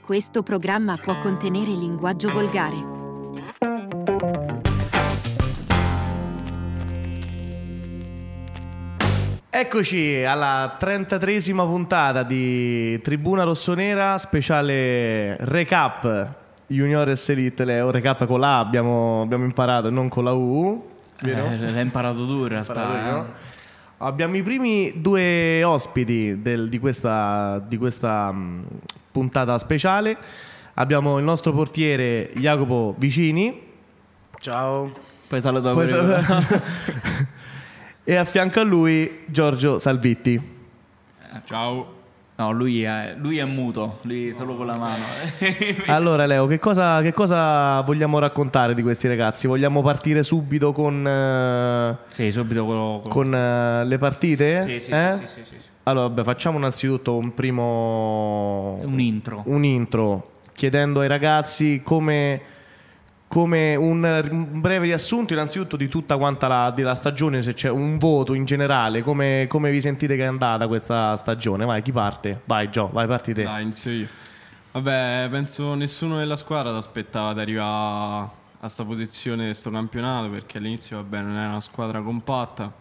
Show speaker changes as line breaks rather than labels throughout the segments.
Questo programma può contenere linguaggio volgare.
Eccoci alla 33esima puntata di Tribuna Rossonera speciale recap Juniores Elite Leo, recap con la A abbiamo, abbiamo imparato, non con la U, vero?
Eh, l'hai imparato tu in realtà.
Imparato,
eh.
no? Abbiamo i primi due ospiti del- di questa, di questa, mh, puntata speciale. Abbiamo il nostro portiere Jacopo Vicini
Ciao.
Poi saluto
Poi
pure.
sa- e a fianco a lui Giorgio Salvitti.
Ciao. No, lui è, lui è muto, lui solo con la mano.
Allora Leo, che cosa, che cosa vogliamo raccontare di questi ragazzi? Vogliamo partire subito con, eh,
sì, subito quello.
con, eh, le partite?
Sì, sì,
Eh?
sì, sì, sì, sì.
Allora, vabbè, facciamo innanzitutto un primo...
Un intro.
un intro chiedendo ai ragazzi come, come un, un breve riassunto innanzitutto di tutta quanta la, della stagione, se c'è un voto in generale, come, come vi sentite che è andata questa stagione. Vai, chi parte? Vai Gio, vai parti te.
Dai, inizio io. Vabbè, penso nessuno della squadra ti aspettava di arrivare a sta posizione di sto campionato perché all'inizio vabbè, non era una squadra compatta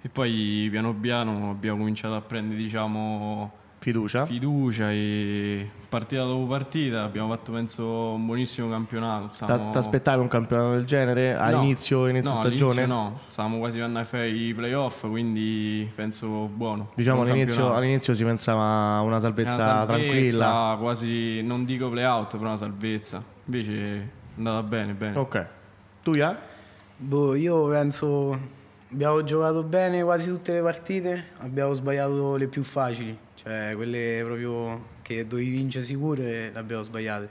e poi piano piano abbiamo cominciato a prendere diciamo
Fiducia.
fiducia e partita dopo partita abbiamo fatto penso un buonissimo campionato. Stavamo-
Ti aspettavi un campionato del genere a
No.
inizio, inizio
No,
stagione?
all'inizio no, stavamo quasi andando a fare i playoff quindi penso buono.
Diciamo
Buon
all'inizio,
campionato.
all'inizio si pensava a una
Una
salvezza,
salvezza,
tranquilla.
Quasi, non dico playout, però una salvezza. Invece è andata bene, bene.
Ok. Tu ja?
Boh, io penso abbiamo giocato bene quasi tutte le partite, abbiamo sbagliato le più facili, cioè quelle proprio che dovevi vincere sicure le abbiamo sbagliate.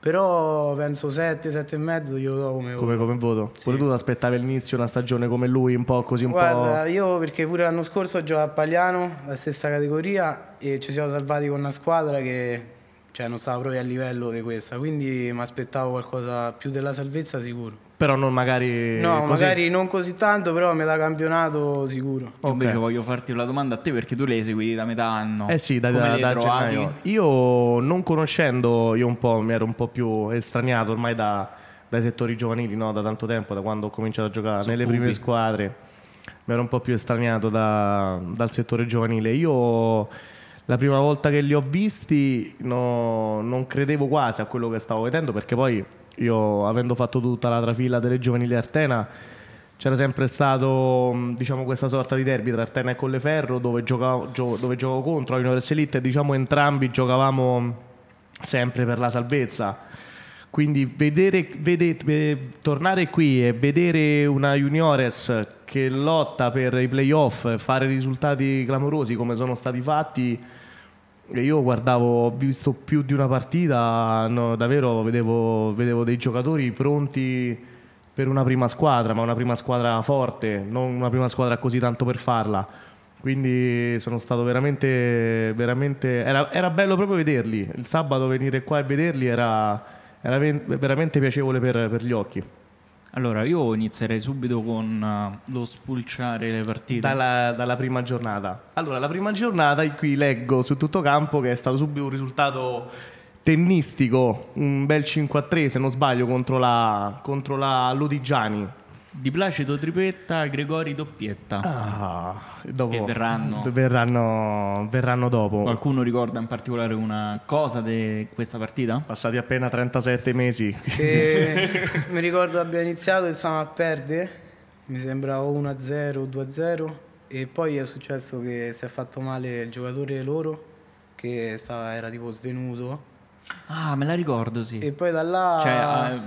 Però penso 7, 7 e mezzo io lo do come,
Come, come voto?
Sì.
Pure tu ti aspettavi all'inizio una stagione come lui, un po' così, un po'...
Guarda, io perché pure l'anno scorso ho giocato a Pagliano, la stessa categoria, e ci siamo salvati con una squadra che cioè, non stava proprio a livello di questa, quindi mi aspettavo qualcosa più della salvezza sicuro.
Però non magari.
No,
così.
magari non così tanto, però me la campionato sicuro.
Io Invece
Ok.
voglio farti una domanda a te perché tu le hai seguiti da metà anno.
Eh sì, da,
Come
da,
le hai
da
trovati?
gennaio. Io non conoscendo, io un po' mi ero un po' più estraniato ormai da- dai settori giovanili, no? da tanto tempo, da quando ho cominciato a giocare
Sono
nelle
pupi.
prime squadre. Mi ero un po' più estraniato da- dal settore giovanile. Io la prima volta che li ho visti no, non credevo quasi a quello che stavo vedendo perché poi io avendo fatto tutta la trafila delle giovanili Artena c'era sempre stato mh, diciamo questa sorta di derby tra Artena e Colleferro dove giocavo, gio- dove giocavo contro la Juniores Elite e diciamo entrambi giocavamo sempre per la salvezza quindi vedere, vede- ve- tornare qui e vedere una Juniores che lotta per i playoff, fare risultati clamorosi come sono stati fatti, e io guardavo, ho visto più di una partita, no, davvero vedevo, vedevo dei giocatori pronti per una prima squadra, ma una prima squadra forte, non una prima squadra così tanto per farla. Quindi sono stato veramente, veramente... Era, era bello proprio vederli, il sabato venire qua e vederli era, era ve- veramente piacevole per, per gli occhi.
Allora, io inizierei subito con eh, lo spulciare le partite.
Dalla, dalla prima giornata. Allora, la prima giornata, qui leggo su tutto campo che è stato subito un risultato tennistico, un bel 5 a 3 se non sbaglio contro la, contro la Lodigiani.
Di Placido Tripetta, Gregori Doppietta.
Ah, dopo-
Che verranno.
verranno, verranno dopo.
Qualcuno ricorda in particolare una cosa di questa partita?
Passati appena 37 mesi.
E mi ricordo abbiamo iniziato e stavamo a perdere, mi sembra o 1-0 o 2-0 e poi è successo che si è fatto male il giocatore loro che stava- era tipo svenuto
Ah, me la ricordo, sì.
e poi da là,
Cioè, eh,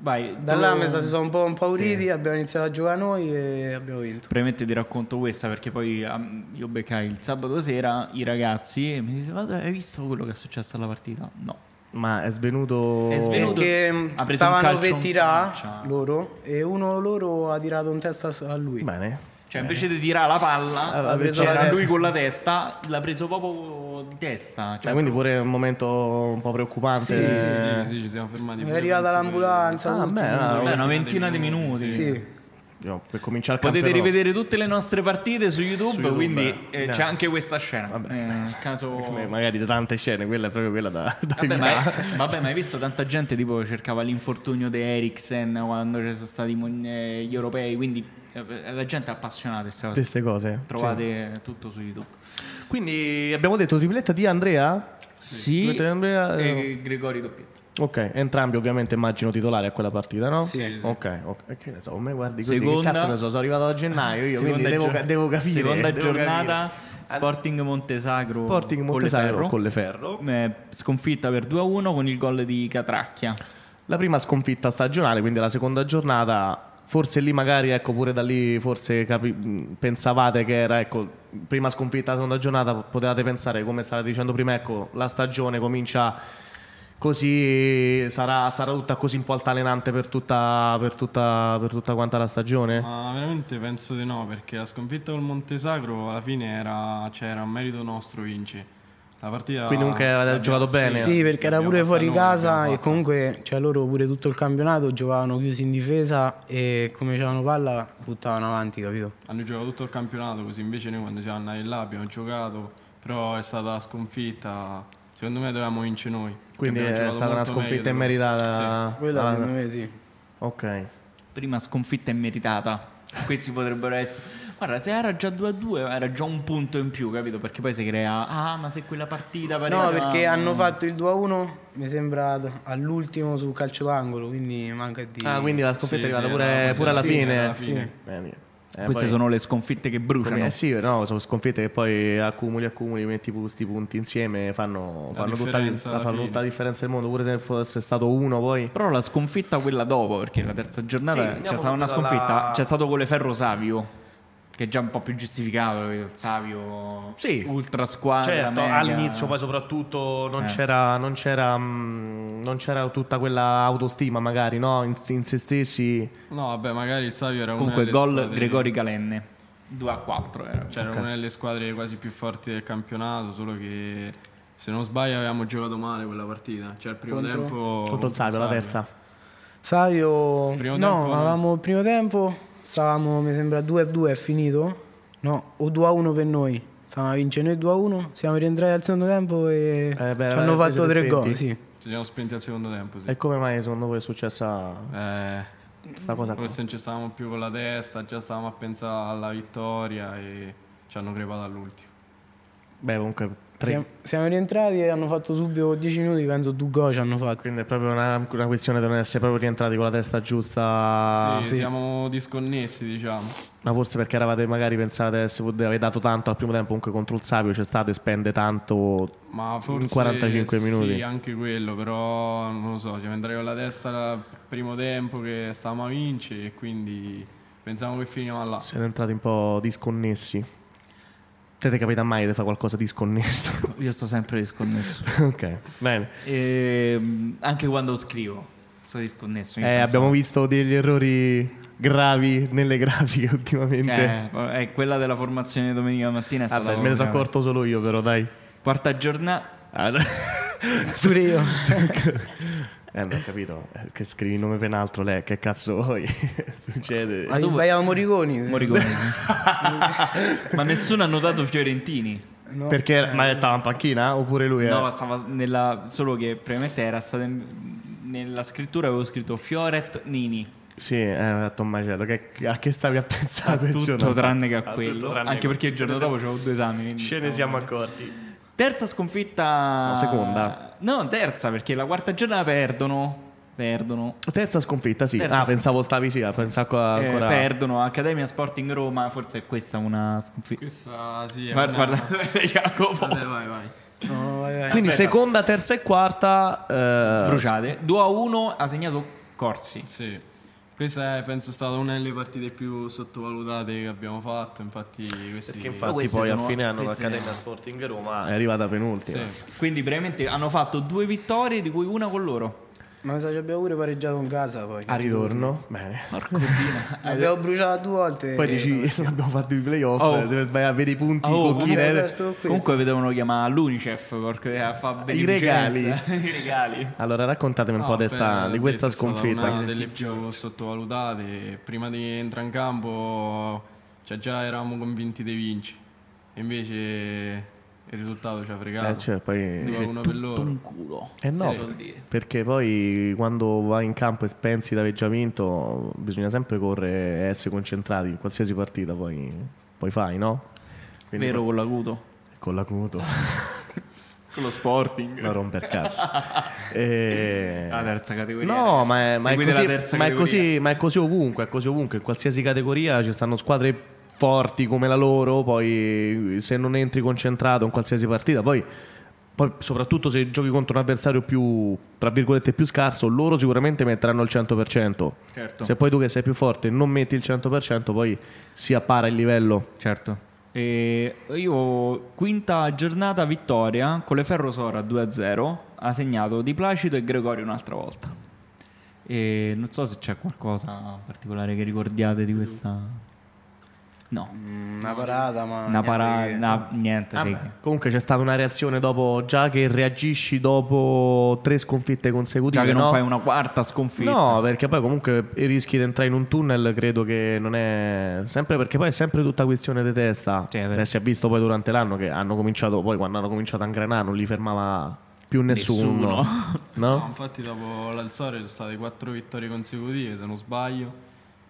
vai.
da
tu-
là mi sa, si sono un po' impauriti, abbiamo iniziato a giocare noi e abbiamo vinto.
Premette ti racconto questa perché poi ehm, io beccai il sabato sera i ragazzi e mi dicevano "Guarda, hai visto quello che è successo alla partita? No.
Ma è svenuto...
È svenuto.
Perché
Oh. Ha preso un
stavano
calcio
per
in faccia.
tirare loro e uno loro ha tirato un testa a lui.
Bene.
Cioè, invece di tirare la palla,
Ha
preso la
c'era
testa.
lui con la testa, l'ha preso proprio di testa.
Cioè,
Cioè,
quindi pure un momento un po' preoccupante.
Sì,
Sì,
Eh,
sì, ci siamo fermati.
È
pure,
arrivata
penso,
l'ambulanza.
Ah,
tutto.
beh,
beh,
ah,
eh. una ventina di minuti.
Sì.
Io, per cominciare il
Potete
campionato-
rivedere tutte le nostre partite su YouTube,
Su YouTube,
quindi eh,
eh.
c'è anche questa scena.
Vabbè.
Eh, nel caso...
Eh, magari da tante scene, quella è proprio quella da, da
Vabbè,
evitare.
ma, vabbè, ma hai visto tanta gente tipo cercava l'infortunio di Eriksen quando ci sono stati i mon- eh, gli europei, quindi eh, la gente è appassionata a queste cose.
Queste cose.
Trovate tutto su YouTube.
Sì. Quindi abbiamo detto tripletta di Andrea?
Sì,
Tripletta di Andrea, eh,
e Gregori doppietto.
Ok, entrambi ovviamente immagino titolari a quella partita, no?
Sì, sì.
Ok, ok. E Che ne so, me guardi così,
Seconda-
che cazzo ne so, sono arrivato a gennaio io, quindi
Seconda
devo,
gio-
devo capire.
Seconda
devo
giornata,
capire.
Sporting Montesagro.
Sporting Montesagro con le ferro.
Eh, sconfitta per 2-1 con il gol di Catracchia.
La prima sconfitta stagionale, quindi la seconda giornata, forse lì magari, ecco, pure da lì forse capi- mh, pensavate che era, ecco, prima sconfitta, seconda giornata, potevate pensare, come stava dicendo prima, ecco, la stagione comincia così, sarà, sarà tutta così un po' altalenante per tutta, per tutta, per tutta quanta la stagione?
Ma veramente penso di no, perché la sconfitta col Montesagro alla fine era, cioè, era un merito nostro vince. La partita
Quindi comunque avete
l'abbiamo-
giocato bene.
Sì, perché era
l'abbiamo
pure
fatta
fuori
noi,
casa
l'abbiamo
e
fatta.
comunque cioè, loro pure tutto il campionato giocavano chiusi in difesa e come c'erano palla buttavano avanti, capito?
Hanno giocato tutto il campionato così invece noi quando siamo andati là abbiamo giocato, però è stata la sconfitta. Secondo me dovevamo vincere noi. che
Quindi
abbiamo
è
giocato
stata una
molto
sconfitta
meglio di loro.
immeritata.
Quella
Ah,
secondo me sì.
ok.
Prima sconfitta immeritata. Questi potrebbero essere. Guarda, se era già 2-2 era già un punto in più, capito? Perché poi si crea. Ah, ma se quella partita pareva.
No, perché hanno fatto il 2-1, mi sembra ad- all'ultimo sul calcio d'angolo, quindi manca di...
Ah, quindi la sconfitta è
Sì,
arrivata
sì,
pure,
no,
pure alla
sì,
fine.
alla fine.
Bene. Eh,
Queste
poi-
sono le sconfitte che bruciano.
Eh sì, no, sono sconfitte che poi accumuli, accumuli, metti questi punti insieme, fanno,
La
fanno tutta,
differenza alla
fanno
fine.
tutta la differenza del mondo, pure se fosse stato uno poi.
Però la sconfitta quella dopo, perché la terza
Sì,
giornata c'è
andiamo
stata una
subito
sconfitta,
alla-
c'è stato con le Ferro Savio, che è già un po' più giustificato, capito? il Savio
Sì.
ultra squadra.
Certo,
mega.
all'inizio poi soprattutto non,
Eh.
c'era, non, c'era, mm, non c'era tutta quella autostima magari, no? In, in se stessi.
No, vabbè, magari il Savio era
Comunque
una delle
gol
squadre-
Gregori Calenne, 2 a 4 era.
C'era una delle squadre quasi più forti del campionato, solo che se non sbaglio avevamo giocato male quella partita. Cioè il primo
Contro?
tempo...
Contro il Savio, la terza.
Savio...
Primo
no,
tempo, no?
avevamo il primo tempo, stavamo, mi sembra, 2-2 è finito. No, o 2-1 per noi. Stavamo a vincere noi 2-1, siamo rientrati al secondo tempo e
Eh, beh,
ci hanno
poi
fatto
siete
tre gol,
spenti.
sì.
Ci siamo spenti al secondo tempo, sì.
E come mai secondo voi è successa
Eh,
questa cosa qua?
forse non ci stavamo più con la testa, già stavamo a pensare alla vittoria e ci hanno crepato all'ultimo.
Beh, comunque tre.
Siamo, siamo rientrati e hanno fatto subito 10 minuti, penso due gol ci hanno fatto.
Quindi è proprio una, una questione di non essere proprio rientrati con la testa giusta.
sì, siamo disconnessi, diciamo.
Ma forse perché eravate magari pensate se pot- avete dato tanto al primo tempo comunque contro il Savio c'è state spende tanto
Ma forse
in 45
sì,
minuti.
anche quello, però non lo so, ci andrei con la testa al primo tempo che stavamo a vincere e quindi pensavamo che finiva là.
Siete entrati un po' disconnessi. Te ti capita mai di fare qualcosa disconnesso?
Io sto sempre disconnesso.
ok, bene.
Ehm, anche quando scrivo, sto disconnesso.
Eh, abbiamo visto degli errori gravi nelle grafiche ultimamente.
Eh, eh, quella della formazione domenica mattina è stata
Vabbè, me ne sono
proprio-
accorto solo io però, dai.
Quarta giornata,
Ah, no.
Pure io.
eh, beh, ho capito. Eh, Che scrivi il nome per un altro, lei, che cazzo vuoi? Succede.
Ma tu sbagliavo Morriconi.
Morricone. ma nessuno ha notato Fiorentini.
No. Eh.
Perché ma stava in panchina oppure lui era?
No, stava nella, solo che probabilmente era stata in- nella scrittura avevo scritto Fioret Nini.
Sì, eh, ha detto un macello. Che, a che stavi a pensare quel
Tutto
giorno?
tranne che a
Ah, tutto
quello.
tranne
Anche
che-
perché il giorno dopo avevo due esami. quindi
Ce
stavo-
ne siamo accorti.
Terza sconfitta.
No, seconda.
No, terza perché la quarta giornata perdono. Perdono.
Terza sconfitta, sì.
Terza
ah,
sconfitta.
pensavo stavi sì, pensavo
Eh,
ancora.
perdono. Accademia Sporting Roma. Forse è questa una sconfitta.
Questa sì è
Guarda,
una-
guarda, Jacopo.
Vabbè, vai, vai.
No, vai, vai.
Ah, Quindi seconda, terza e quarta. eh,
Bruciate. 2 a 1 ha segnato Corsi.
Sì. Questa è penso stata una delle partite più sottovalutate che abbiamo fatto, infatti questi
Perché infatti
queste
poi
sono-
a fine anno
queste-
l'Accademia Sporting Roma è arrivata penultima.
Sì.
Quindi veramente hanno fatto due vittorie di cui una con loro.
Ma mi sa che abbiamo pure pareggiato con casa poi.
A ritorno, bene.
Abbiamo bruciato due volte.
Poi dici, abbiamo fatto i playoff,
Oh.
deve sbagliare, vedi i punti,
Oh,
i
Abbiamo
cocchine.
perso con questo.
Comunque vedevano chiamare l'Unicef eh, perché fa beneficenza. I regali.
Allora raccontatemi un po'
Ah,
No,
di sta-
beh,
di questa
Ah, è stata
sconfitta.
Una delle più sottovalutate. Prima di entrare in campo cioè, già eravamo convinti di vincere. E invece il risultato ci ha fregato.
Eh, cioè, poi...
Due a uno per loro.
Un culo.
Eh no,
si suol dire.
perché poi quando vai in campo e pensi di aver già vinto, bisogna sempre correre e essere concentrati in qualsiasi partita, poi, poi fai, no? Quindi
Vero con l'acuto.
Con l'acuto,
Con lo Sporting.
da romper cazzo. E-
La terza categoria.
No, ma è, ma è
Seguite la
così,
terza
ma è
categoria.
così- ma è così ovunque, è così ovunque. In qualsiasi categoria ci stanno squadre forti come la loro, poi se non entri concentrato in qualsiasi partita, poi, poi soprattutto se giochi contro un avversario più, tra virgolette, più scarso, loro sicuramente metteranno il 100%.
Certo.
Se poi tu che sei più forte non metti il 100%, poi si appara il livello.
Certo. E io, quinta giornata, vittoria con le Ferrosora 2-0. Ha segnato Di Placido e Gregorio un'altra volta. E non so se c'è qualcosa in particolare che ricordiate di questa. No,
Mm, Una parata, ma.
una parata.
niente
niente. che-
Comunque c'è stata una reazione dopo, già che reagisci dopo tre sconfitte consecutive.
Già che non
no?
fai una quarta sconfitta.
No, perché poi comunque rischi di entrare in un tunnel, credo che non è... Sempre perché poi è sempre tutta questione di testa.
Sì, è vero.
Eh, si è visto poi durante l'anno che hanno cominciato, poi quando hanno cominciato a ingranare non li fermava più nessuno.
No,
No?
infatti dopo l'alzare sono state quattro vittorie consecutive, se non sbaglio,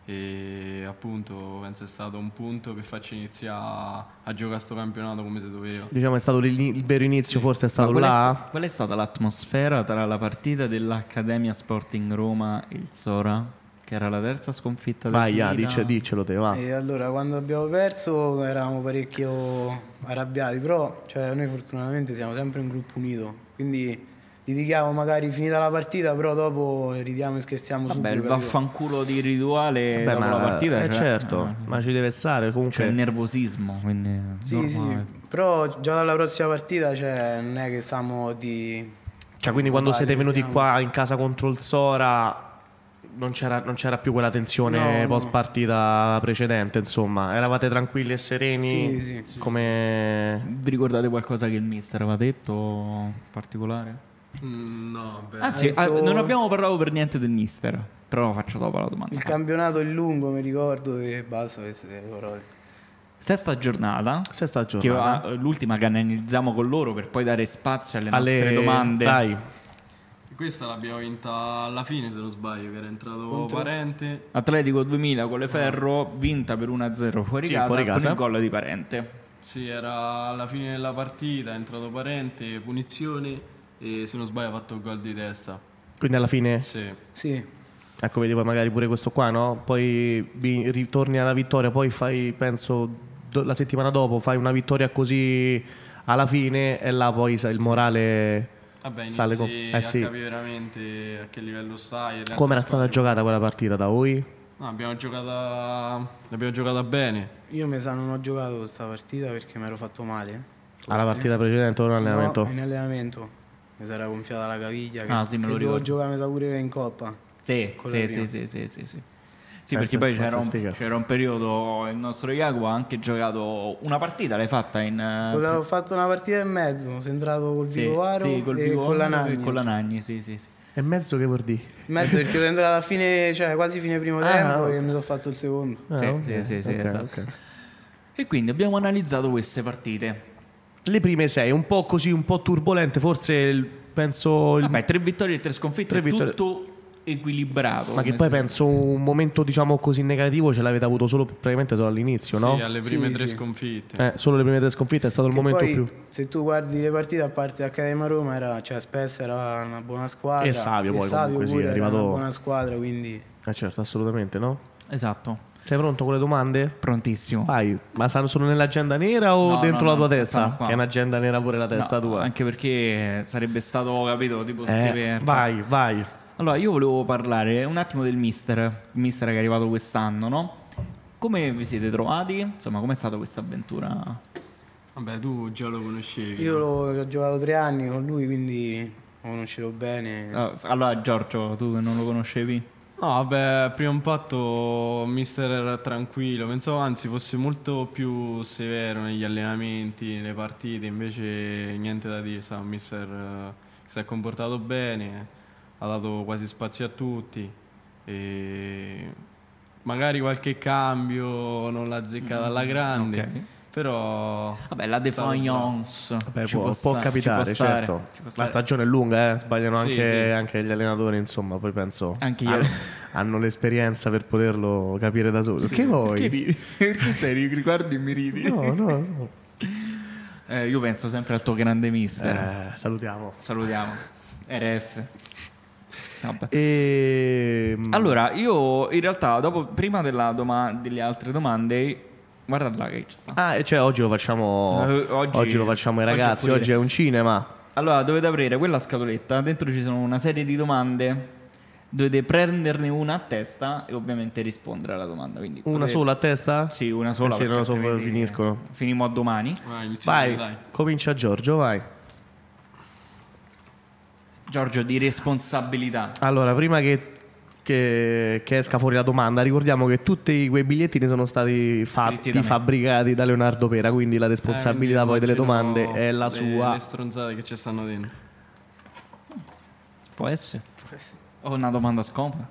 e appunto penso è stato un punto per farci iniziare a giocare sto campionato come si doveva.
Diciamo è stato l'ini- il vero inizio, forse è
Ma
stato
qual,
là.
è, sta- qual è stata l'atmosfera tra la partita dell'Accademia Sporting Roma e il Sora? Che era la Eh, terza sconfitta del
Vai, ah,
fila?
dice- diccelo te, va.
E allora quando abbiamo perso eravamo parecchio arrabbiati, però cioè, noi fortunatamente siamo sempre un gruppo unito, quindi litighiamo magari finita la partita, però dopo ridiamo e scherziamo
Vabbè, il
subito. capito?
vaffanculo di rituale
Beh,
dopo
ma-
la partita.
eh,
cioè,
certo,
eh,
ma ci deve stare
c'è il
comunque.
nervosismo, quindi è
Sì,
normale.
sì, però già dalla prossima partita cioè, non è che stiamo di...
Cioè, quindi quando
Dai,
siete venuti
vediamo.
qua in casa contro il Sora non c'era, non c'era più quella tensione
No, no.
post partita precedente, insomma. Eravate tranquilli e sereni
Sì, sì, sì.
come...
Vi ricordate qualcosa che il mister aveva detto in particolare?
Mm, no, beh.
Anzi,
ha detto-
ah, non abbiamo parlato per niente del mister, però lo faccio dopo la domanda.
Il campionato è lungo, mi ricordo, e basta queste parole.
Sesta giornata,
Sesta
che
giornata.
ah, l'ultima che analizziamo con loro per poi dare spazio alle, nostre domande.
Dai,
Questa l'abbiamo vinta alla fine, se non sbaglio, che era entrato Parente.
Atletico 2000 con le Ferro, vinta per 1-0 fuori,
Ah. Sì,
casa,
fuori casa.
con il gol di Parente.
Sì, era alla fine della partita, è entrato Parente, punizione e se non sbaglio ha fatto il gol di testa.
quindi alla fine,
Sì.
Sì,
ecco, vedi poi magari pure questo qua, no? Poi vi- ritorni alla vittoria, poi fai, penso, do- la settimana dopo fai una vittoria così alla fine e là poi sai, il morale
Vabbè,
sale.
inizi
co-
a
eh sì.
capire veramente a che livello stai. e le
Com'era
altre
stata
squadre.
giocata quella partita da voi?
No, abbiamo giocata. L'abbiamo giocata bene.
io mi sa non ho giocato questa partita perché mi ero fatto male.
Alla partita precedente o all'allenamento?
No, in allenamento. Mi si era gonfiata la caviglia. Che,
Ah, sì, me lo
che dovevo
ricordo.
giocare mi sa pure in coppa.
Sì,
Quello
sì,
prima.
sì, sì, sì, sì, sì. Sì,
Pensa-
perché poi
pensa
c'era un,
sfiga.
c'era un periodo, il nostro Iago ha anche giocato una partita, l'hai fatta in... eh,
Ho fatto una partita e mezzo, sono entrato col
sì,
Vicovaro
sì, col
e
Vigoro
con la
e
Nagni.
con la Nagni, sì, sì, sì.
E mezzo che vuol dire?
Mezzo perché sono entrato a fine, cioè quasi fine primo
Ah,
tempo
ok.
e mi sono fatto il secondo.
Sì,
Ah, ok,
sì, sì, sì,
ok,
esatto.
ok.
E quindi abbiamo analizzato queste partite.
Le prime sei, un po' così, un po' turbolente, forse il- penso... Il...
Vabbè, tre vittorie e tre sconfitte,
Tre vittorie-
tutto equilibrato.
Ma che
come
poi
si-
penso un momento diciamo così negativo ce l'avete avuto solo praticamente solo all'inizio, no?
Sì, alle prime
Sì,
tre
sì.
sconfitte.
Eh, solo le prime tre sconfitte è stato il
Che
momento
poi,
più.
Se tu guardi le partite, a parte Accademia Roma, era, cioè Spezia era una buona squadra.
E Savio poi,
Savio
comunque, sì,
pure
è
era
arrivato-
una buona squadra, quindi...
Eh certo, assolutamente, no?
Esatto,
Sei pronto con le domande?
prontissimo.
Vai, ma san- sono nell'agenda nera o
No,
dentro
no,
la tua
no,
testa?
stanno qua.
Che è un'agenda nera pure la testa
No,
tua.
Anche perché sarebbe stato, capito, tipo
Eh,
scrivere...
vai, vai.
Allora, io volevo parlare un attimo del mister, il mister che è arrivato quest'anno, no? Come vi siete trovati? Insomma, com'è stata questa avventura?
Eh.
Vabbè, tu già lo conoscevi.
Io l'ho- ho giocato tre anni con lui, quindi ho lo conoscevo bene.
Ah, allora, Giorgio, tu che non lo conoscevi?
No, vabbè, a primo impatto mister era tranquillo, pensavo anzi fosse molto più severo negli allenamenti, nelle partite, invece niente da dire, sa, un mister eh, che si è comportato bene, ha dato quasi spazio a tutti e magari qualche cambio non l'ha azzeccata alla grande,
ok. Ah,
però
Vabbè, la defiance.
Vabbè,
Ci
può, può
sta-
capitare,
ci può stare,
certo.
ci può
La
stare.
stagione è lunga, eh, sbagliano
Sì,
anche,
sì.
anche gli allenatori, insomma, poi penso
Anche io.
hanno, hanno l'esperienza per poterlo capire da soli. che vuoi?
Perché stai riguardi e mi ridi?
No, no, no.
Eh, io penso sempre al tuo grande mister.
Eh, salutiamo.
Salutiamo. RF. Vabbè.
E...
Allora, io in realtà, dopo, prima della doma- delle altre domande, guarda là che ci sta.
Ah, e cioè oggi lo facciamo,
Eh, oggi-
oggi, lo facciamo ai
oggi è
ragazzi,
pulire.
oggi è un cinema.
Allora, dovete aprire quella scatoletta, dentro ci sono una serie di domande, dovete prenderne una a testa e ovviamente rispondere alla domanda. Quindi
Una
potete-
sola a testa?
Sì, una sola.
Eh sì,
perché
non so come
altrimenti
finiscono.
Finimo a domani.
vai, iniziamo,
Vai,
dai.
comincia Giorgio, vai.
Giorgio, di responsabilità.
Allora, prima che, che- che esca fuori la domanda, ricordiamo che tutti quei bigliettini sono stati fatti,
da me.
fabbricati da Leonardo Pera, quindi la responsabilità
Eh,
poi
quindi
delle
immagino
domande è la
le-
sua.
Le stronzate che ci stanno dentro.
Può essere? Ho una domanda scomoda.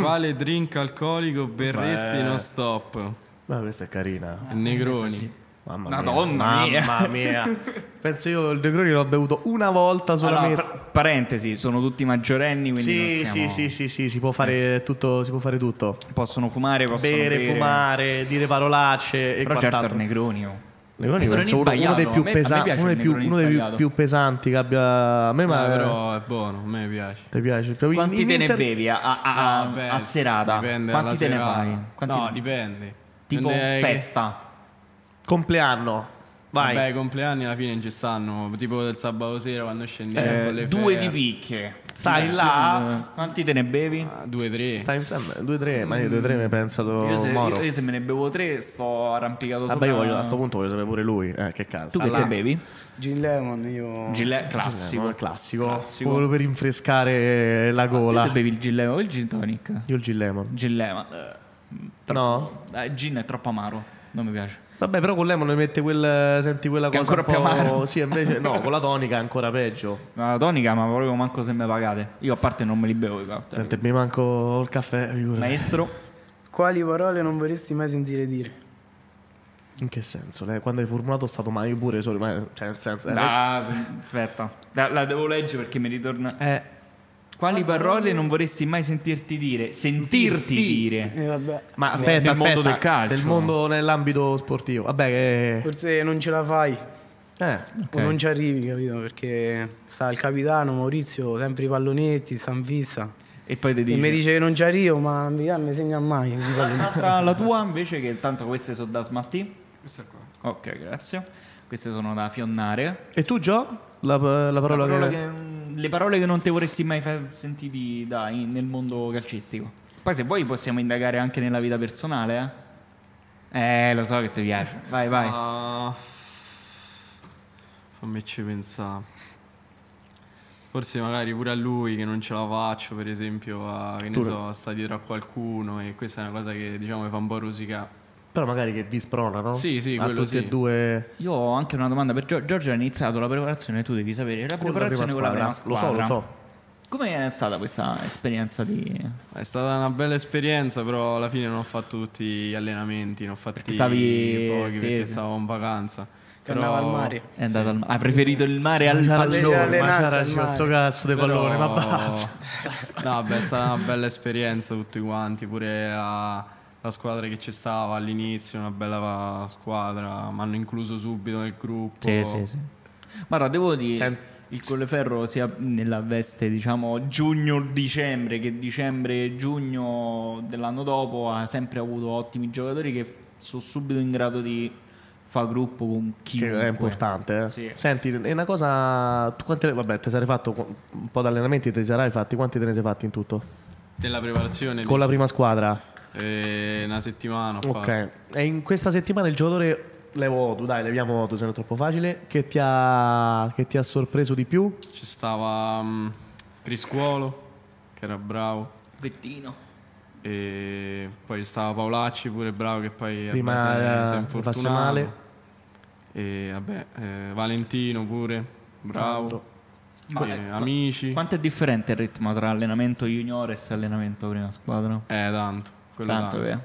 Quale drink alcolico berresti non stop?
Ma questa è carina.
Negroni.
Mamma
Madonna
mia.
mia.
Mamma mia. Penso io il Negroni l'ho bevuto una volta
Allora,
solamente.
par- parentesi, sono tutti maggiorenni, quindi
sì, sì,
non siamo-
sì, sì, sì, si può fare tutto, si può fare tutto.
possono fumare, possono
Bere, fumare, dire parolacce e
Però certo,
quant'altro.
il Negroni. oh.
Negroni
Negroni
penso uno, uno dei
sbagliato.
più,
A me- a me
pesa-
piace
uno dei
il
più-
Negroni
uno dei più-
sbagliato.
più pesanti che abbia. A me, ma
Eh, però è buono, a me piace.
Ti piace? Proprio in-
Quanti
in
te ne
Inter-
bevi a, a- a-
Ah, beh,
a serata?
dipende
Quanti
dalla
te ne
serata.
fai? Quanti-
No, dipende.
tipo
Dipende che-
festa.
Compleanno. Vai.
Vabbè, i compleanni alla fine ci stanno. Tipo del sabato sera quando scendiamo
Eh,
con le
due
ferre.
di picche.
Stai
Sì,
là.
sì. Quanti te ne bevi?
Ah, Due, tre.
Stai insieme. Due tre, ma io due tre mi penso
Io se,
Moro.
io- io se me ne bevo tre sto arrampicato
Vabbè,
sopra.
io voglio, a sto punto voglio sapere pure lui. Eh, che cazzo.
Tu che te bevi?
Gin Lemon, io...
Gillette
Classico,
classico.
classico.
Classico.
Solo per rinfrescare la
Tu
gola.
te bevi il Gillema o il gin tonic?
Io il gin lemon.
Gillema. eh, tro-
No?
eh, gin è troppo amaro, non mi piace.
Vabbè, però con lemon mette quel. Senti quella
Che è
cosa.
ancora
un po'-
più amaro.
Sì, invece no, con la tonica è ancora peggio.
Ma La tonica, ma proprio manco se me pagate. Io a parte non me li bevo i cocktail.
Senti, mi manco il caffè. figurati.
Maestro,
Quali parole non vorresti mai sentire dire?
In che senso? Lei, quando hai formulato è stato mai pure solo. Ma, cioè, nel senso.
Ah, s- aspetta, la, la devo leggere perché mi ritorna.
Eh,
Quali parole non vorresti mai sentirti dire? Sentirti dire.
Eh, vabbè,
ma
Nel-
aspetta,
nel
aspetta,
mondo del calcio.
Nel mondo nell'ambito sportivo. Vabbè, che.
forse non ce la fai
Eh,
o non ci arrivi, capito? Perché sta il capitano Maurizio, sempre i pallonetti, San Vizza.
E poi ti
E
dici.
mi dice che non ci arrivo, ma mi dà, mi segna mai. così pallonetti.
Tra la tua invece, che tanto queste sono da smaltire.
Questa qua.
Ok, grazie. Queste sono da fionnare.
E tu, Gio? La, la
La
parola
parola
che...
che- le parole che non ti vorresti mai fa- sentiti da- in- nel mondo calcistico. Poi, se vuoi, possiamo indagare anche nella vita personale. Eh, eh lo so che ti piace. Vai, vai.
Ah, fammi ci pensare. Forse magari pure a lui che non ce la faccio, per esempio, a, che ne so, a stare dietro a qualcuno e questa è una cosa che diciamo mi fa un po' rosicare.
Però magari che vi spronano.
Sì, sì,
a
quello
tutti
sì.
e due...
Io ho anche una domanda per Giorgio. Giorgio ha iniziato la preparazione, tu devi sapere. La
con la
preparazione con la
prima
prima squadra.
Lo so, lo so.
Come è stata questa esperienza di...
È stata una bella esperienza, però alla fine non ho fatto tutti gli allenamenti, non ho fatti
stavi-
pochi
sì,
perché
sì.
stavo in vacanza.
Che
Però-
andava al mare.
È andata al- Hai preferito il mare al
C'ha
pallone?
Invece
ragione, ma
allenarsi
c'ha
al
ragione.
mare.
Sto cazzo di
Però-
pallone, ma basta.
No, beh, è stata una bella esperienza tutti quanti, pure la, la squadra che ci stava all'inizio, una bella squadra, mi hanno incluso subito nel gruppo.
Sì, sì, sì. Guarda, devo dire...
Sent-
il Colleferro sia nella veste diciamo giugno-dicembre che dicembre-giugno dell'anno dopo ha sempre avuto ottimi giocatori che sono subito in grado di fare gruppo con
Che
chiunque
è importante. Eh.
Sì.
Senti, è una cosa... Tu quante... Vabbè, te sarai fatto qu- un po' di allenamenti, te li sarai fatti. Quanti te ne sei fatti in tutto?
Della preparazione
Con la prima squadra?
eh, una settimana ho fatto.
Ok. E in questa settimana il giocatore levo Otu, dai, leviamo Otu se non è troppo facile. Che ti ha, che ti ha sorpreso di più?
Ci stava mm, Criscuolo, che era bravo.
Vettino.
E poi stava Paolacci pure bravo che poi
Prima,
vabbè, si è- si
eh,
è infortunato.
passe male.
E vabbè, eh, Valentino pure, bravo.
Ma
Eh,
ecco,
amici.
Quanto è differente il ritmo tra allenamento juniores e allenamento prima squadra?
Eh, tanto. Quello
Tanto,
tanto.
vero?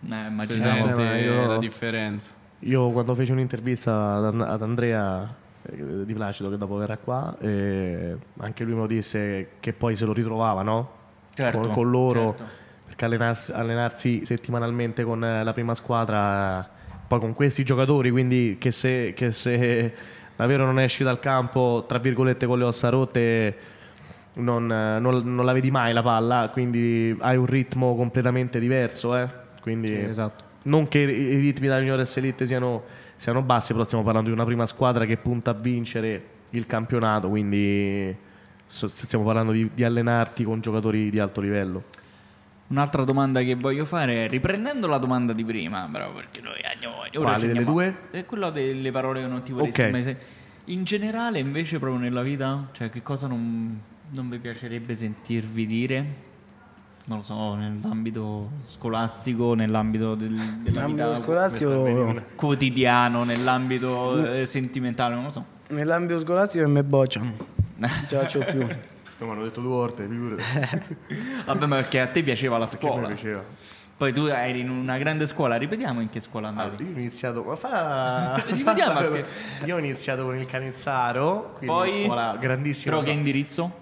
Eh,
Si
immaginavo.
Eh, ma
sente
io-
la differenza.
Io quando feci un'intervista ad, And- ad Andrea eh, Di Placido, che dopo verrà qua, eh, anche lui me lo disse che poi se lo ritrovava, no?
Certo,
con, con loro,
certo.
perché allenarsi, allenarsi settimanalmente con eh, la prima squadra, poi con questi giocatori, quindi che se, che se davvero non esci dal campo, tra virgolette, con le ossa rotte... Non, eh, non- non la vedi mai la palla, quindi hai un ritmo completamente diverso. eh. Quindi
Esatto.
non che i i ritmi della Juniores Elite siano, siano bassi, però stiamo parlando di una prima squadra che punta a vincere il campionato, quindi so- stiamo parlando di, di allenarti con giocatori di alto livello.
Un'altra domanda che voglio fare, è, riprendendo la domanda di prima, però perché noi andiamo... ora
Quale
ci
delle
andiamo-
due?
Eh, quella delle parole che non ti vorresti
Ok.
mai sen- In generale, invece, proprio nella vita, cioè che cosa non, non vi piacerebbe sentirvi dire? Non lo so, nell'ambito scolastico, nell'ambito del- della
Nell'ambito
vita
scolastico,
quotidiano, nell'ambito eh, sentimentale, non lo so.
nell'ambito scolastico me bocciano. Già c'ho più.
Come hanno detto due volte, figure.
Vabbè, ma perché a te piaceva la scuola.
piaceva.
Poi tu eri in una grande scuola, ripetiamo in che scuola andavi.
io ho iniziato. Ma fa.
Ripetiamo, scher-
io ho iniziato con il Canizzaro, quindi
Poi-
scuola grandissima.
Però che
scuola-
indirizzo?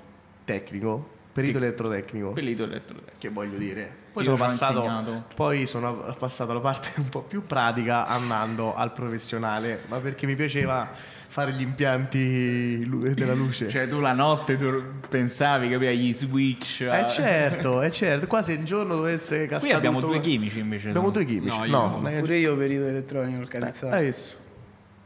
Tecnico, perito elettrotecnico.
Pelito elettrotecnico.
Che voglio dire. Poi
Poi te lo
sono,
ci hanno
passato,
insegnato.
poi sono passato alla parte un po' più pratica andando al professionale, ma perché mi piaceva fare gli impianti lu- della luce.
Cioè, tu la notte tu pensavi, capi, agli switch. a-
eh certo, eh certo, qua se il giorno dovesse cascare
Qui abbiamo
tutto-
due chimici invece.
Abbiamo
no?
due chimici.
No,
No,
io no.
ma-
Pure io periodo elettronico il
eh,
calzare.
adesso,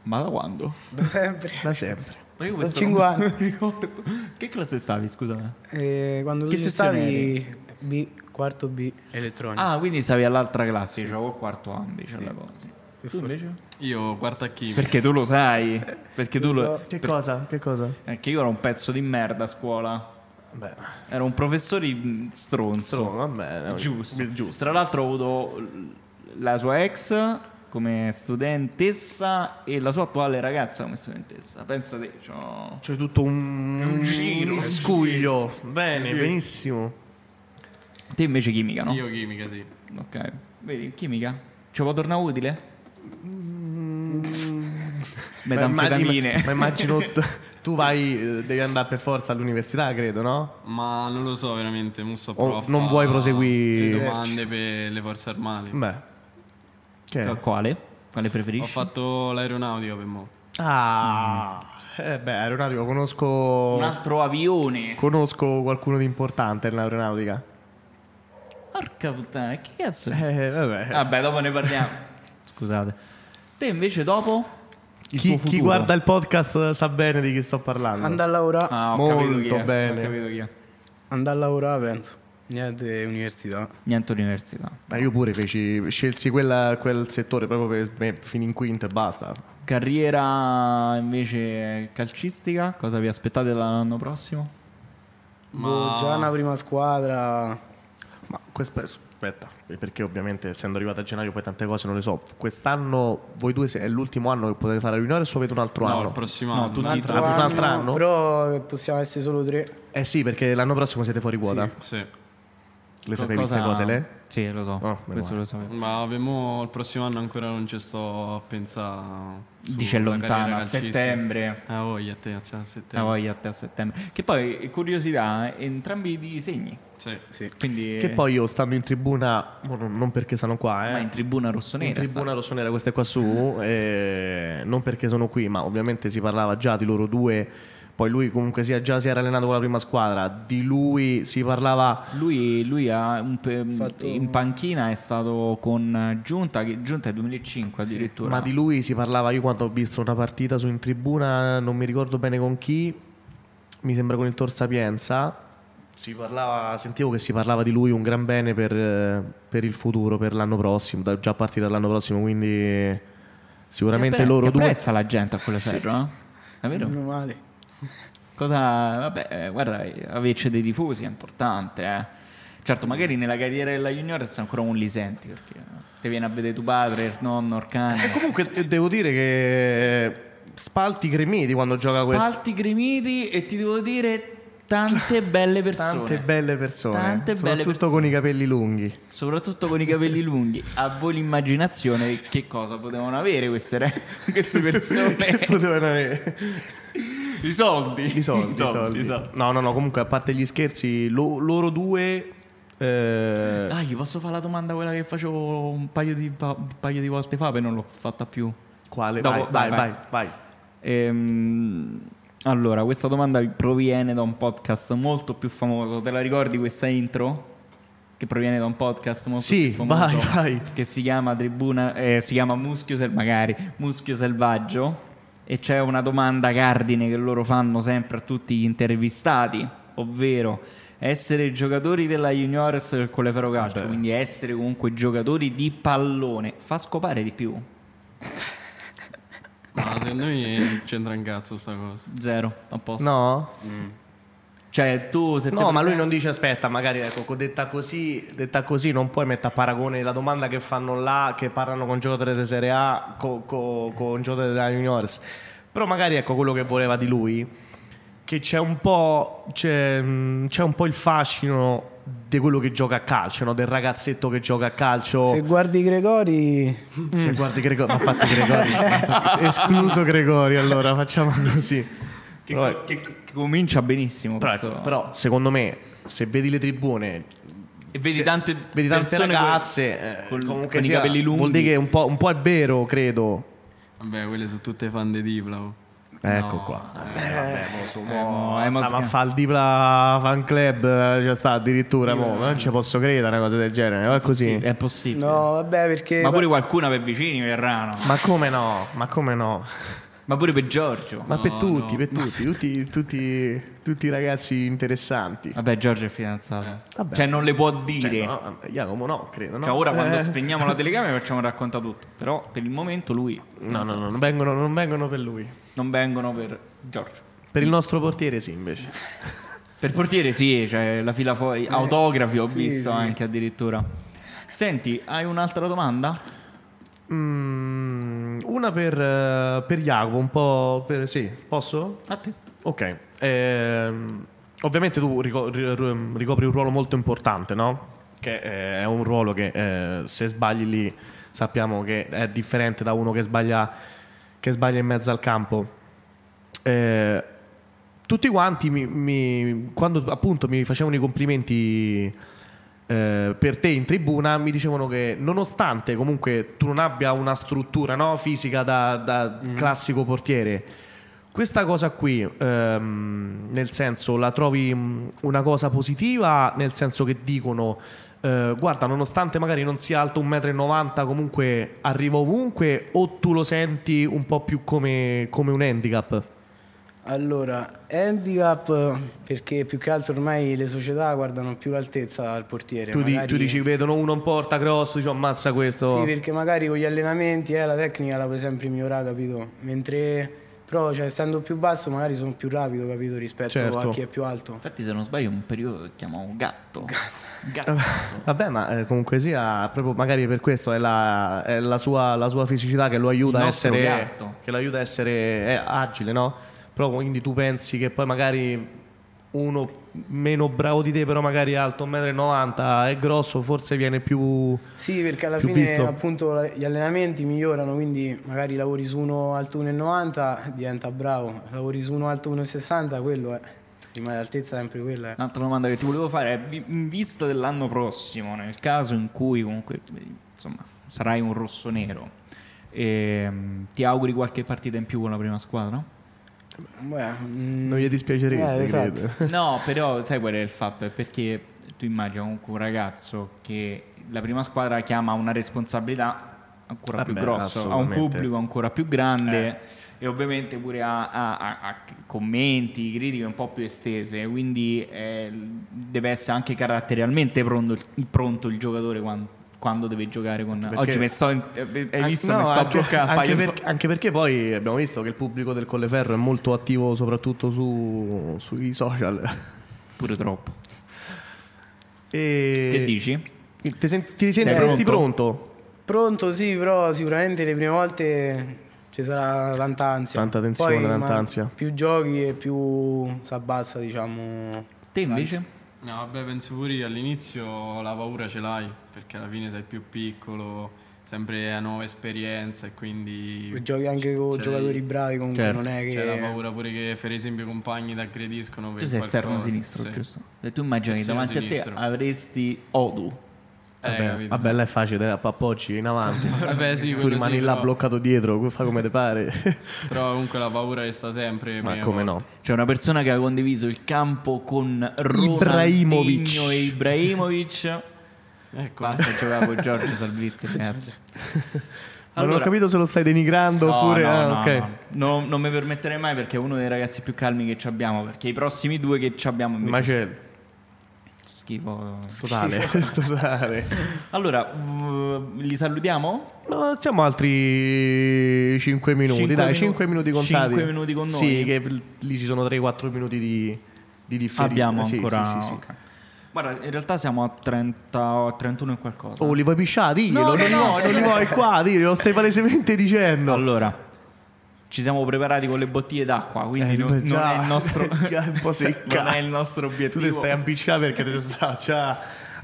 Ma da quando?
Da sempre.
da sempre.
Ma io
Da
questo
5
non me
anni.
lo ricordo. Che classe stavi, scusami?
Eh. E quando
Che
tu ci
sezione
stavi B, quarto B elettronico.
Ah, quindi stavi all'altra classe. Io avevo il quarto anno, invece, alla cosa. Tu invece?
Io quarta chimica.
Perché tu lo sai. Perché tu lo...
Che cosa? Che cosa?
Anche io ero un pezzo di merda a scuola.
Beh,
Ero un professore in- stronzo.
insomma, vabbè.
Giusto. Tra l'altro ho avuto l- la sua ex come studentessa e la sua attuale ragazza come studentessa. Pensa te, cioè...
C'è tutto un,
Un giro.
scuglio. Bene, benissimo.
Te invece chimica, no?
Io chimica, sì.
Ok. Vedi, chimica. Ci può tornare utile? Metanfetamine.
Mm. Ma, immagino tu, tu vai, eh, devi andare per forza all'università, credo, no?
Ma non lo so veramente, Musso
O Oh, non vuoi proseguire? Mm.
Le domande per le forze armate.
Beh.
Qual-
Che?
Ecco, Quale? Quale
Ho
preferisci?
fatto l'aeronautica per mo.
Ah. Eh beh, aeronautica, conosco
Un altro avione.
conosco qualcuno di importante nell'aeronautica.
Porca puttana, che cazzo è?
Eh, vabbè.
Vabbè, dopo ne parliamo. Scusate. Te invece dopo? Il tuo
chi, chi
futuro.
guarda il podcast sa bene di chi sto parlando.
Andare a lavorare,
Ah, ho capito chi
Molto
è, ho
bene.
capito chi è.
andare a lavorare penso. Niente università.
Niente università.
Ma io pure feci, scelsi quella- quel settore proprio per me, fino in quinta e basta.
Carriera invece calcistica, cosa vi aspettate l'anno prossimo?
Ma-
Boh, già una prima squadra.
Ma questo aspetta, perché ovviamente essendo arrivato a gennaio poi tante cose non le so. Quest'anno voi due se- è l'ultimo anno che potete fare la juniores o avete un altro
No,
anno?
il prossimo
No,
anno.
tutti-
Un altro,
altro- un
anno,
altro anno?
Però possiamo essere solo tre.
Eh sì, perché l'anno prossimo siete fuori quota.
Sì.
Le sapevi
Qualcosa-
queste cose, le? Ah,
Sì, lo so.
meno
Questo
male. Mm.
lo sapevo.
Ma per mo il prossimo anno ancora non ci sto a pensare. sulla
Dice lontano,
carriera
a
calcistica.
settembre.
Ah, voglia te, cioè, a
La
settembre.
voglia a te a settembre. Che poi, curiosità, entrambi di segni.
Sì.
Quindi,
Che poi io stando in tribuna, mo non non perché stanno qua, eh.
ma in tribuna rossonera.
in tribuna rossonera queste qua su, eh, non perché sono qui, ma ovviamente si parlava già di loro due. Poi lui comunque sia già si era allenato con la prima squadra, di lui si parlava
sta. Lui, lui ha un pe-
Fatto-
in panchina è stato con Giunta, che Giunta è 2005 addirittura.
Ma di lui si parlava, io quando ho visto una partita su in tribuna, non mi ricordo bene con chi, mi sembra con il Tor Sapienza, si parlava, sentivo che si parlava di lui un gran bene per, eh, per il futuro, per l'anno prossimo, da- già a partire dall'anno prossimo, quindi Sicuramente
Che appre-
loro
che
due.
apprezza la gente a quello serro, eh? È vero?
Meno male.
Cosa, vabbè, eh, guarda, eh, averci dei tifosi è importante, eh. Certo, magari nella carriera della junior sei ancora un lisenti, perché eh, ti viene a vedere tuo padre, il nonno, il cane.
Comunque eh, devo dire che Spalti cremiti quando gioca questo.
Spalti gremiti e ti devo dire tante belle persone.
Tante belle persone,
Tante belle
soprattutto
persone.
con i capelli lunghi.
Soprattutto con i capelli lunghi. A voi l'immaginazione di che cosa potevano avere queste, re- queste
Che
persone?
potevano avere
I soldi.
i soldi, esatto. i soldi.
i soldi.
No, no, no, comunque a parte gli scherzi, lo- loro due eh,
Ah, gli posso fare la domanda quella che facevo un paio di, pa- un paio di volte fa, poi non l'ho fatta più.
quale?
Dopo-
vai, vai,
vai,
vai, vai.
Ehm, allora, questa domanda proviene da un podcast molto più famoso. Te la ricordi questa intro? Che proviene da un podcast molto
Sì,
più famoso.
vai, vai.
Che si chiama Tribuna, eh, si chiama Muschio Sel- magari, Muschio Selvaggio. E c'è una domanda cardine che loro fanno sempre a tutti gli intervistati, ovvero essere giocatori della Juniores del Colefero
Ah,
Calcio, quindi essere comunque giocatori di pallone, fa scopare di più?
Ma secondo me non c'entra un cazzo sta cosa.
Zero, a posto.
No?
Cioè, tu se te
No, ma
presenti-
lui non dice aspetta, magari ecco, co- detta così, detta così non puoi mettere a paragone la domanda che fanno là, che parlano con giocatori di Serie A, co- co- con giocatori della Juniors. Però magari ecco quello che voleva di lui, che c'è un po', c'è, mh, c'è un po' il fascino di quello che gioca a calcio, no? del ragazzetto che gioca a calcio.
Se guardi Gregori,
Se guardi Gregorio, ma fatti Gregori, escluso Gregori, allora facciamo così.
Che,
Vabbè.
co- che co- che comincia benissimo.
Però,
questo-
però, secondo me, se vedi le tribune,
e vedi tante,
Cioè, vedi tante
persone
ragazze, eh,
con,
comunque
con
sia,
i capelli lunghi.
Vuol dire che un po', un po' è vero, credo.
Vabbè, quelle sono tutte fan di Dipla. oh.
Ecco qua.
Oh, è
Ah,
mos-
ma fa il Dipla fan club, eh, cioè sta addirittura, mo, non ci posso credere a una cosa del genere, ma è così.
è possibile.
no, eh, vabbè, perché
Ma pure qualcuna per vicini Verrano.
Ma come no? Ma come no?
Ma pure per Giorgio.
Ma per tutti, per tutti, tutti, tutti, tutti i ragazzi interessanti.
Vabbè, Giorgio è fidanzato.
Vabbè.
Cioè, non le può dire.
Cioè, no, Giacomo no, credo. No?
Cioè, ora quando
Eh.
spegniamo la telecamera facciamo raccontare tutto. Però per il momento lui
No, no, no, non vengono, non vengono per lui.
non vengono per Giorgio.
Per il nostro portiere sì, invece.
Per portiere sì, cioè la fila fuori, autografi ho
sì,
visto
sì.
anche addirittura. Senti, hai un'altra domanda?
Mm, una per, eh, per Jacopo, un po'... Per, sì, posso?
A te.
Ok. Ehm, ovviamente tu rico- ri- ri- ricopri un ruolo molto importante, no? Che eh, è un ruolo che eh, se sbagli lì sappiamo che è differente da uno che sbaglia, che sbaglia in mezzo al campo. Eh, tutti quanti mi- mi- quando appunto mi facevano i complimenti eh, per te in tribuna mi dicevano che nonostante comunque tu non abbia una struttura no, fisica da, da classico portiere questa cosa qui ehm, nel senso la trovi mh, una cosa positiva nel senso che dicono eh, guarda nonostante magari non sia alto 1,90 m comunque arriva ovunque o tu lo senti un po' più come, come un handicap
Allora, handicap perché più che altro ormai le società guardano più l'altezza al portiere.
Tu, di-
magari-
tu dici, vedono uno in porta grosso, dici, ammazza questo.
Sì, perché magari con gli allenamenti eh, la tecnica la puoi sempre migliorare, capito? Mentre però, cioè, essendo più basso, magari sono più rapido, capito? Rispetto
Certo.
a chi è più alto.
Infatti, se non sbaglio, un periodo che chiamavo gatto. Gatto.
Vabbè, ma eh, comunque sia, proprio magari per questo è la, è la sua, la sua fisicità che lo aiuta
Il
a
nostro
essere,
gatto.
che lo aiuta a essere eh, agile, no? Però quindi tu pensi che poi magari uno meno bravo di te, però magari alto 1,90 m è grosso, forse viene più.
Sì, perché alla
Più
fine
visto.
appunto la- gli allenamenti migliorano, quindi magari lavori su uno alto 1,90 diventa bravo, lavori su uno alto 1,60 quello è. Rimane l'altezza sempre quella. eh.
Un'altra domanda che ti volevo fare è vi- in vista dell'anno prossimo, nel caso in cui comunque eh, insomma, sarai un rosso nero, ehm, ti auguri qualche partita in più con la prima squadra?
Beh, mm,
Non gli dispiacerebbe,
eh, esatto.
credo.
No, però sai qual è il fatto? È perché tu immagini comunque un ragazzo che la prima squadra chiama a una responsabilità ancora
Vabbè,
più grossa, a un
assolutamente. Eh.
pubblico ancora più grande e ovviamente pure a, a- a- a commenti, critiche un po' più estese, quindi eh, deve essere anche caratterialmente pronto, pronto il giocatore quan- quando, quando devi giocare con...
perché-
Ah, Oggi mi sto... in- eh, Hai
An-
visto?
no,
mi sto
anche,
bloccando.
anche
Io-
per- anche perché poi abbiamo visto che il pubblico del Colleferro è molto attivo soprattutto su- sui social.
Pure troppo.
E-
Che dici?
Ti, sen- ti sentiresti pronto?
Pronto, sì, però sicuramente le prime volte ci sarà tanta ansia.
Tanta tensione,
Poi,
tanta
ma
ansia.
Più giochi e più si abbassa, diciamo.
Te invece?
No, vabbè, penso pure io, all'inizio la paura ce l'hai, perché alla fine sei più piccolo, sempre è una nuova esperienza e quindi
Giochi anche con
C'è-
giocatori bravi, comunque
certo,
non è che.
c'è la paura pure che per esempio i compagni ti aggrediscono per
Tu sei esterno
qualcosa,
sinistro,
sì.
giusto? E tu immagini che
Esterno
davanti a
sinistro.
te avresti Odu.
Eh,
Vabbè,
capito.
vabbè, là è facile, appoggi in avanti.
Vabbè, sì,
tu
quello
rimani
sì,
là
però-
bloccato dietro, fa come ti pare.
Però comunque la paura resta sempre.
Ma
prima
come
volta.
no?
C'è cioè una persona che ha condiviso il campo con
Ibrahimovic.
Ronaldinho e Ibrahimovic.
Ecco.
Basta giocare con Giorgio Salvitti, grazie.
Ma non ho capito se lo stai denigrando
No,
oppure...
no,
ah,
no,
ok.
no. Non- non mi permetterei mai perché è uno dei ragazzi più calmi che ci abbiamo. Perché i prossimi due che ci abbiamo
Ma
invece
c'è
schifo.
totale, totale.
Allora, mm, li salutiamo?
No, siamo altri 5 minuti,
Cinque
dai,
minu-
5 minuti contati.
cinque minuti con
Sì,
noi.
che lì ci sono 3-4 minuti di, di differita.
Abbiamo
Sì,
ancora.
Sì, sì, sì.
ok. Guarda, in realtà siamo a 30, 31 e qualcosa.
Oh, li vuoi pisciare? Diglielo,
No, no,
non li
no,
vuoi, non li vuoi qua, diglielo, stai palesemente dicendo.
Allora, ci siamo preparati con le bottiglie d'acqua, quindi
Eh,
non,
già,
non è il nostro,
già un po' secca.
non è il nostro
tu
obiettivo.
ti stai ampicciando perché ti sta già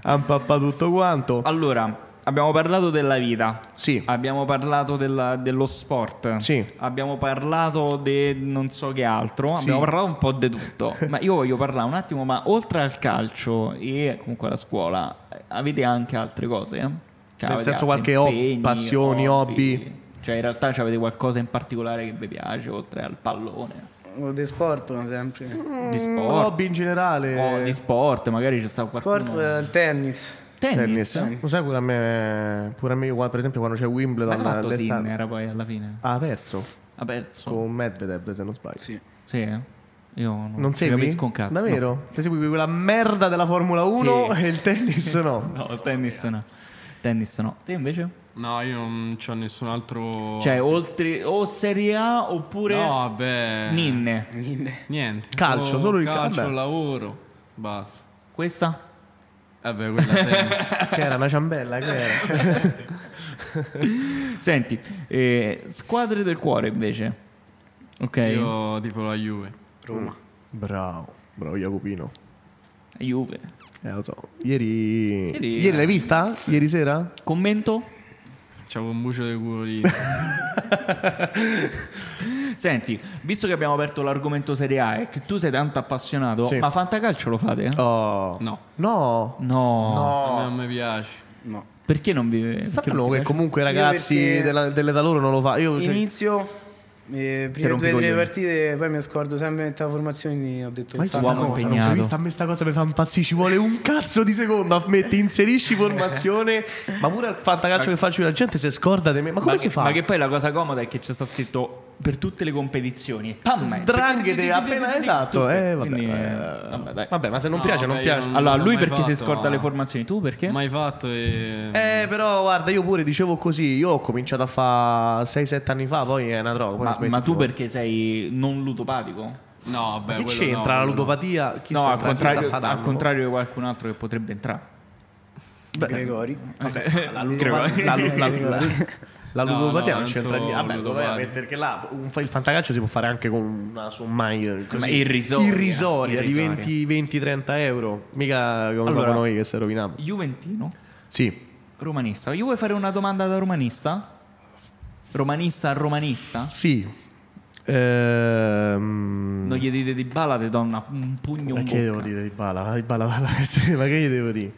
ampappa tutto quanto.
Allora, abbiamo parlato della vita,
Sì.
abbiamo parlato della- dello sport,
Sì.
abbiamo parlato di non so che altro,
Sì.
abbiamo parlato un po' di tutto. ma io voglio parlare un attimo, ma oltre al calcio e comunque alla scuola, eh, avete anche altre cose? eh? Cioè,
Nel
avete
senso,
altri
qualche hobby,
impegni,
passioni, hobby?
Cioè, in realtà avete qualcosa in particolare che vi piace, oltre al pallone?
De sport, ma sempre.
Di sport?
Mm, Hobby in generale.
o oh, di sport, magari c'è stato qualcuno.
Sport, eh, il tennis.
tennis.
Lo sai pure a me, pure a me qua, per esempio quando c'è
L'ha fatto
Wimbledon l'estate. Ah,
Sinner poi alla fine.
Ha perso
Ha perso.
con Medvedev se non sbaglio.
Sì.
Ah. Sì. eh. Io non,
Non
ci
segui?
capisco un cazzo.
Davvero? Ti segui quella merda della Formula 1
Sì.
e il tennis no.
No, no, tennis no. Tennis no. Te invece?
No, io non ho nessun altro.
Cioè, oltre o Serie A oppure
no,
eh.
vabbè.
Ninne.
Mille.
Niente.
Calcio,
Oh,
solo il
calcio.
calcio.
lavoro. Basta.
Questa?
Vabbè, quella sempre.
Che era una ciambella, che era.
Senti, eh, squadre del cuore invece. Ok.
Io tipo la Juve.
Roma.
Bravo, bravo Jacopino.
Juve.
Eh lo so. Ieri
Ieri- eh.
Ieri l'hai vista? Ieri sera?
Commento?
C'avevo un bucio di culo lì.
Senti, visto che abbiamo aperto l'argomento Serie A e che tu sei tanto appassionato,
Sì.
ma fantacalcio lo fate?
Oh.
No,
No.
No.
a me non mi piace.
No.
Perché non vi perché non
Strano
ti
che
piace?
comunque i ragazzi
Io perché-
della- dell'età loro non lo fa. Io cioè,
Inizio, eh,
rompi
prime due
i
o tre
coglioni.
partite, poi mi scordo sempre metà formazione. quindi Ho detto
Ma io
"Fa-
sta
Uomo
cosa, non
impegnato.
c'è vista a me sta cosa mi fa impazzire, ci vuole un cazzo di secondo, a metti, inserisci formazione, ma pure al fantacalcio che faccio io, la gente si scorda di me, ma come
ma,
si
che,
fa?
ma che poi la cosa comoda è che c'è sta scritto per tutte le competizioni.
Ah,
Pam!
Dranghete appena esatto.
Tutte.
Eh, vabbè,
Quindi,
eh,
eh, vabbè, dai.
vabbè, ma se non
No,
piace, non
vabbè,
piace.
io
Allora,
Non
lui
l'ho mai
perché si
fatto,
scorda
ma-
le formazioni? Tu perché?
Mai fatto e.
Eh, però guarda, io pure dicevo così. Io ho cominciato a fare 6-7 anni fa, poi è una droga. poi
Ma,
smetti
ma tu
proprio.
perché sei non ludopatico?
No, vabbè.
Che
quello
c'entra
no,
la
quello no.
ludopatia? Chi
no,
sta-
al
chi sta
contrario,
fadanno?
al contrario di qualcun altro che potrebbe entrare. Eh,
Gregori.
La ludopatia, la, lu- la- la- la
No,
ludopatia
no,
eh. non c'entra
penso
niente. Vabbè,
ludopatia.
ovviamente, perché là un- il fantacalcio si può fare anche con una sommaia così.
Ma irrisoria.
irrisoria, di
Irrisoria.
20, 20-30 euro. Mica come
Allora-
allora, noi che se roviniamo.
Juventino,
Sì,
romanista. Io vuoi fare una domanda da romanista? Romanista a romanista?
sì. Ehm...
Non gli dite di balla, ti do una- un pugno
Ma
in
che devo
bocca.
dire di Bala? Di Bala, Bala, sì, ma che gli devo dire?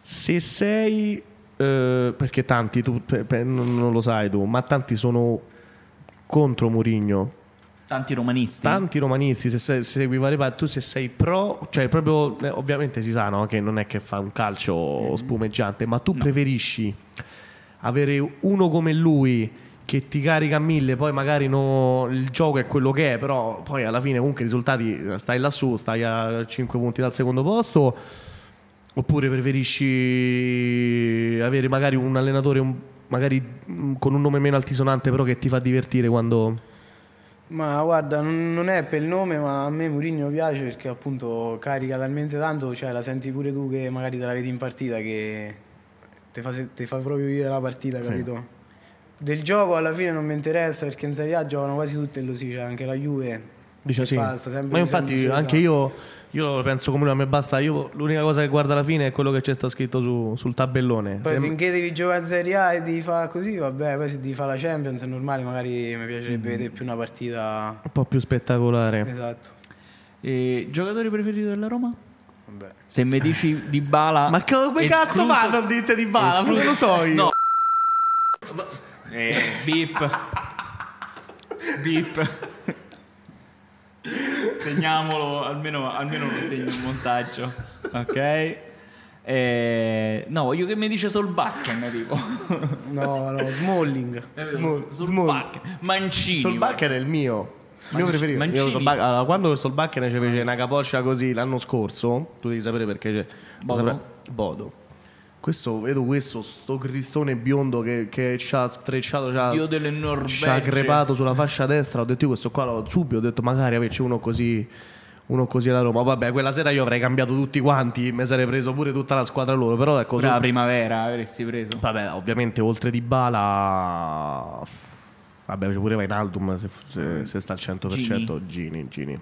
Se sei... eh, perché tanti, tu pe- pe- non, non lo sai tu, ma tanti sono contro Murigno.
Tanti romanisti.
Tanti romanisti, se, sei, se segui vari parti, tu se sei pro, cioè proprio, eh, ovviamente si sa no, che non è che fa un calcio spumeggiante, ma tu preferisci avere uno come lui che ti carica a mille, poi magari no- il gioco è quello che è, però eh, poi alla fine comunque i risultati stai lassù, stai a 5 punti dal secondo posto. Oppure preferisci avere magari un allenatore un- magari mm, con un nome meno altisonante, però che ti fa divertire quando.
Ma guarda, non non è per il nome, ma a me Mourinho piace perché appunto carica talmente tanto, cioè la senti pure tu che magari te la vedi in partita che ti fa, se- te fa proprio vivere la partita, capito? Del gioco alla fine non mi interessa perché in Serie A giocano quasi tutte lo si, c'è anche la Juve.
Dice
che
sì.
fa- sta sempre
Ma io
usando
infatti
difesa.
anche io, io penso come lui, a me basta. Io l'unica cosa che guardo alla fine è quello che c'è sta scritto su- sul tabellone.
Poi
Se-
finché devi giocare in Serie A e devi fare così, vabbè, poi se devi fare la Champions è normale, magari mi
Mm.
piacerebbe vedere più una partita...
Un po' più spettacolare.
Esatto,
E giocatore preferito della Roma?
vabbè.
Se mi dici di Bala.
Ma che- come cazzo fa a non dite di bala? Non lo so io.
No. Eh, beep. Beep. Segniamolo, almeno, almeno lo segno in montaggio. Ok? Eh, no, voglio che mi dice Solbakken, tipo.
No, no, Smalling.
Eh,
Small-
Solbakken. Mancini.
Solbakken Eh, è il mio. Il mio
Mancini-
preferito. Io
Mancini.
Solbakken- allora, quando Solbakken ci fece una capoccia così l'anno scorso, tu devi sapere perché c'è.
Bodo.
lo saprai- Bodo. Questo, vedo questo, sto cristone biondo che, che ci ha sfrecciato, ci ha,
Dio delle
ci ha
Norvegie.
crepato sulla fascia destra. Ho detto io questo qua, l'ho subito ho detto magari averci uno così. Uno così alla Roma, vabbè, quella sera io avrei cambiato tutti quanti, mi sarei preso pure tutta la squadra loro, però ecco,
Pure la primavera avresti preso.
Vabbè, ovviamente oltre di Bala. Vabbè, c'è pure Vainaldum se, se, se sta al 100%. Gini, Gini.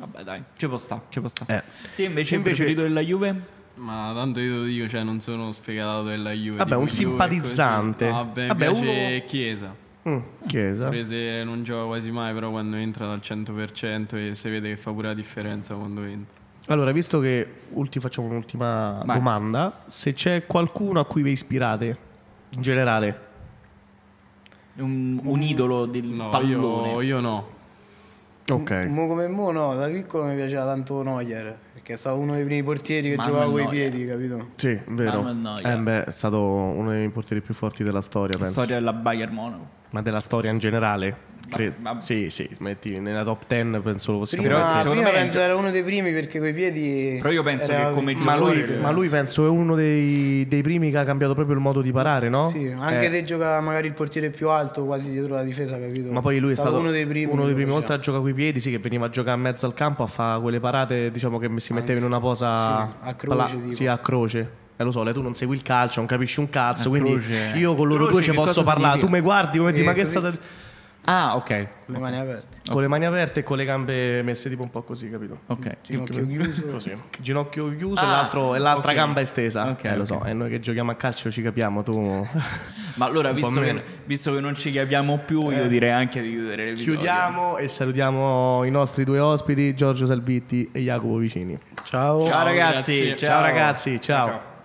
Vabbè, dai, ci può sta, ci può sta.
Eh.
Te invece,
Invece-
preferito della Juve?
Ma tanto io te lo dico, cioè, non sono sfegatato della Juve.
Vabbè,
tipo
un
Juve,
simpatizzante.
così. Vabbè, mi
Vabbè,
piace
uno-
Chiesa.
Mm, chiesa.
Prese non gioca quasi mai, però quando entra dal 100% e si vede che fa pure la differenza quando entra.
Allora, visto che ulti- facciamo un'ultima
Vai.
domanda, se c'è qualcuno a cui vi ispirate in generale,
Un, un idolo del
No,
pallone.
io, io no.
ok.
Eh.
Mo come mo no, da piccolo mi piaceva tanto Neuer, perché è stato uno dei primi portieri che
Mamma
giocava coi
Neuer.
piedi, capito?
Sì, vero.
Mamma mia.
Eh, beh, è stato uno dei portieri più forti della storia,
La
penso.
storia della Bayern Monaco.
Ma della storia in generale. cre-
ma-
Sì, sì, metti nella top 10, penso lo possiamo
Prima,
però
prima
secondo me-
penso era uno dei primi perché coi piedi...
Però io penso
era-
che come
Ma lui,
giocatore-
ma lui penso è uno dei, dei primi che ha cambiato proprio il modo di parare, no?
Sì, anche
Eh,
te giocava magari il portiere più alto, quasi dietro la difesa, capito?
Ma poi lui è stato,
uno dei primi.
uno dei
che
primi,
lo
oltre a
faceva.
giocare coi piedi, sì, che veniva a giocare a mezzo al campo a fare quelle parate, diciamo che si metteva in una posa
Sì, a croce, tipo.
sì, a croce. Eh, lo so, lei tu non segui il calcio, non capisci un cazzo,
A
quindi
croce. eh.
io con loro
Croce
due ci
che
posso
cosa
parlare. Tu
significa?
mi guardi come ti
Eh,
ma che è
così.
stata
Ah, ok.
Le mani aperte.
con le mani aperte e con le gambe messe tipo un po' così, capito?
Ok.
Ginocchio chiuso.
Così. Ginocchio chiuso
Ah,
e, l'altro- e l'altra
ok.
gamba estesa.
Ok,
eh, lo
ok.
so, e noi che giochiamo a calcio ci capiamo, tu
Ma allora,
Un po'
visto che,
meno.
visto che non ci chiamiamo più, io direi anche di chiudere l'episodio.
Chiudiamo e salutiamo i nostri due ospiti, Giorgio Salvitti e Jacopo Vicini.
Ciao.
Ciao, ragazzi.
grazie.
Ciao ragazzi, ciao.
Ciao.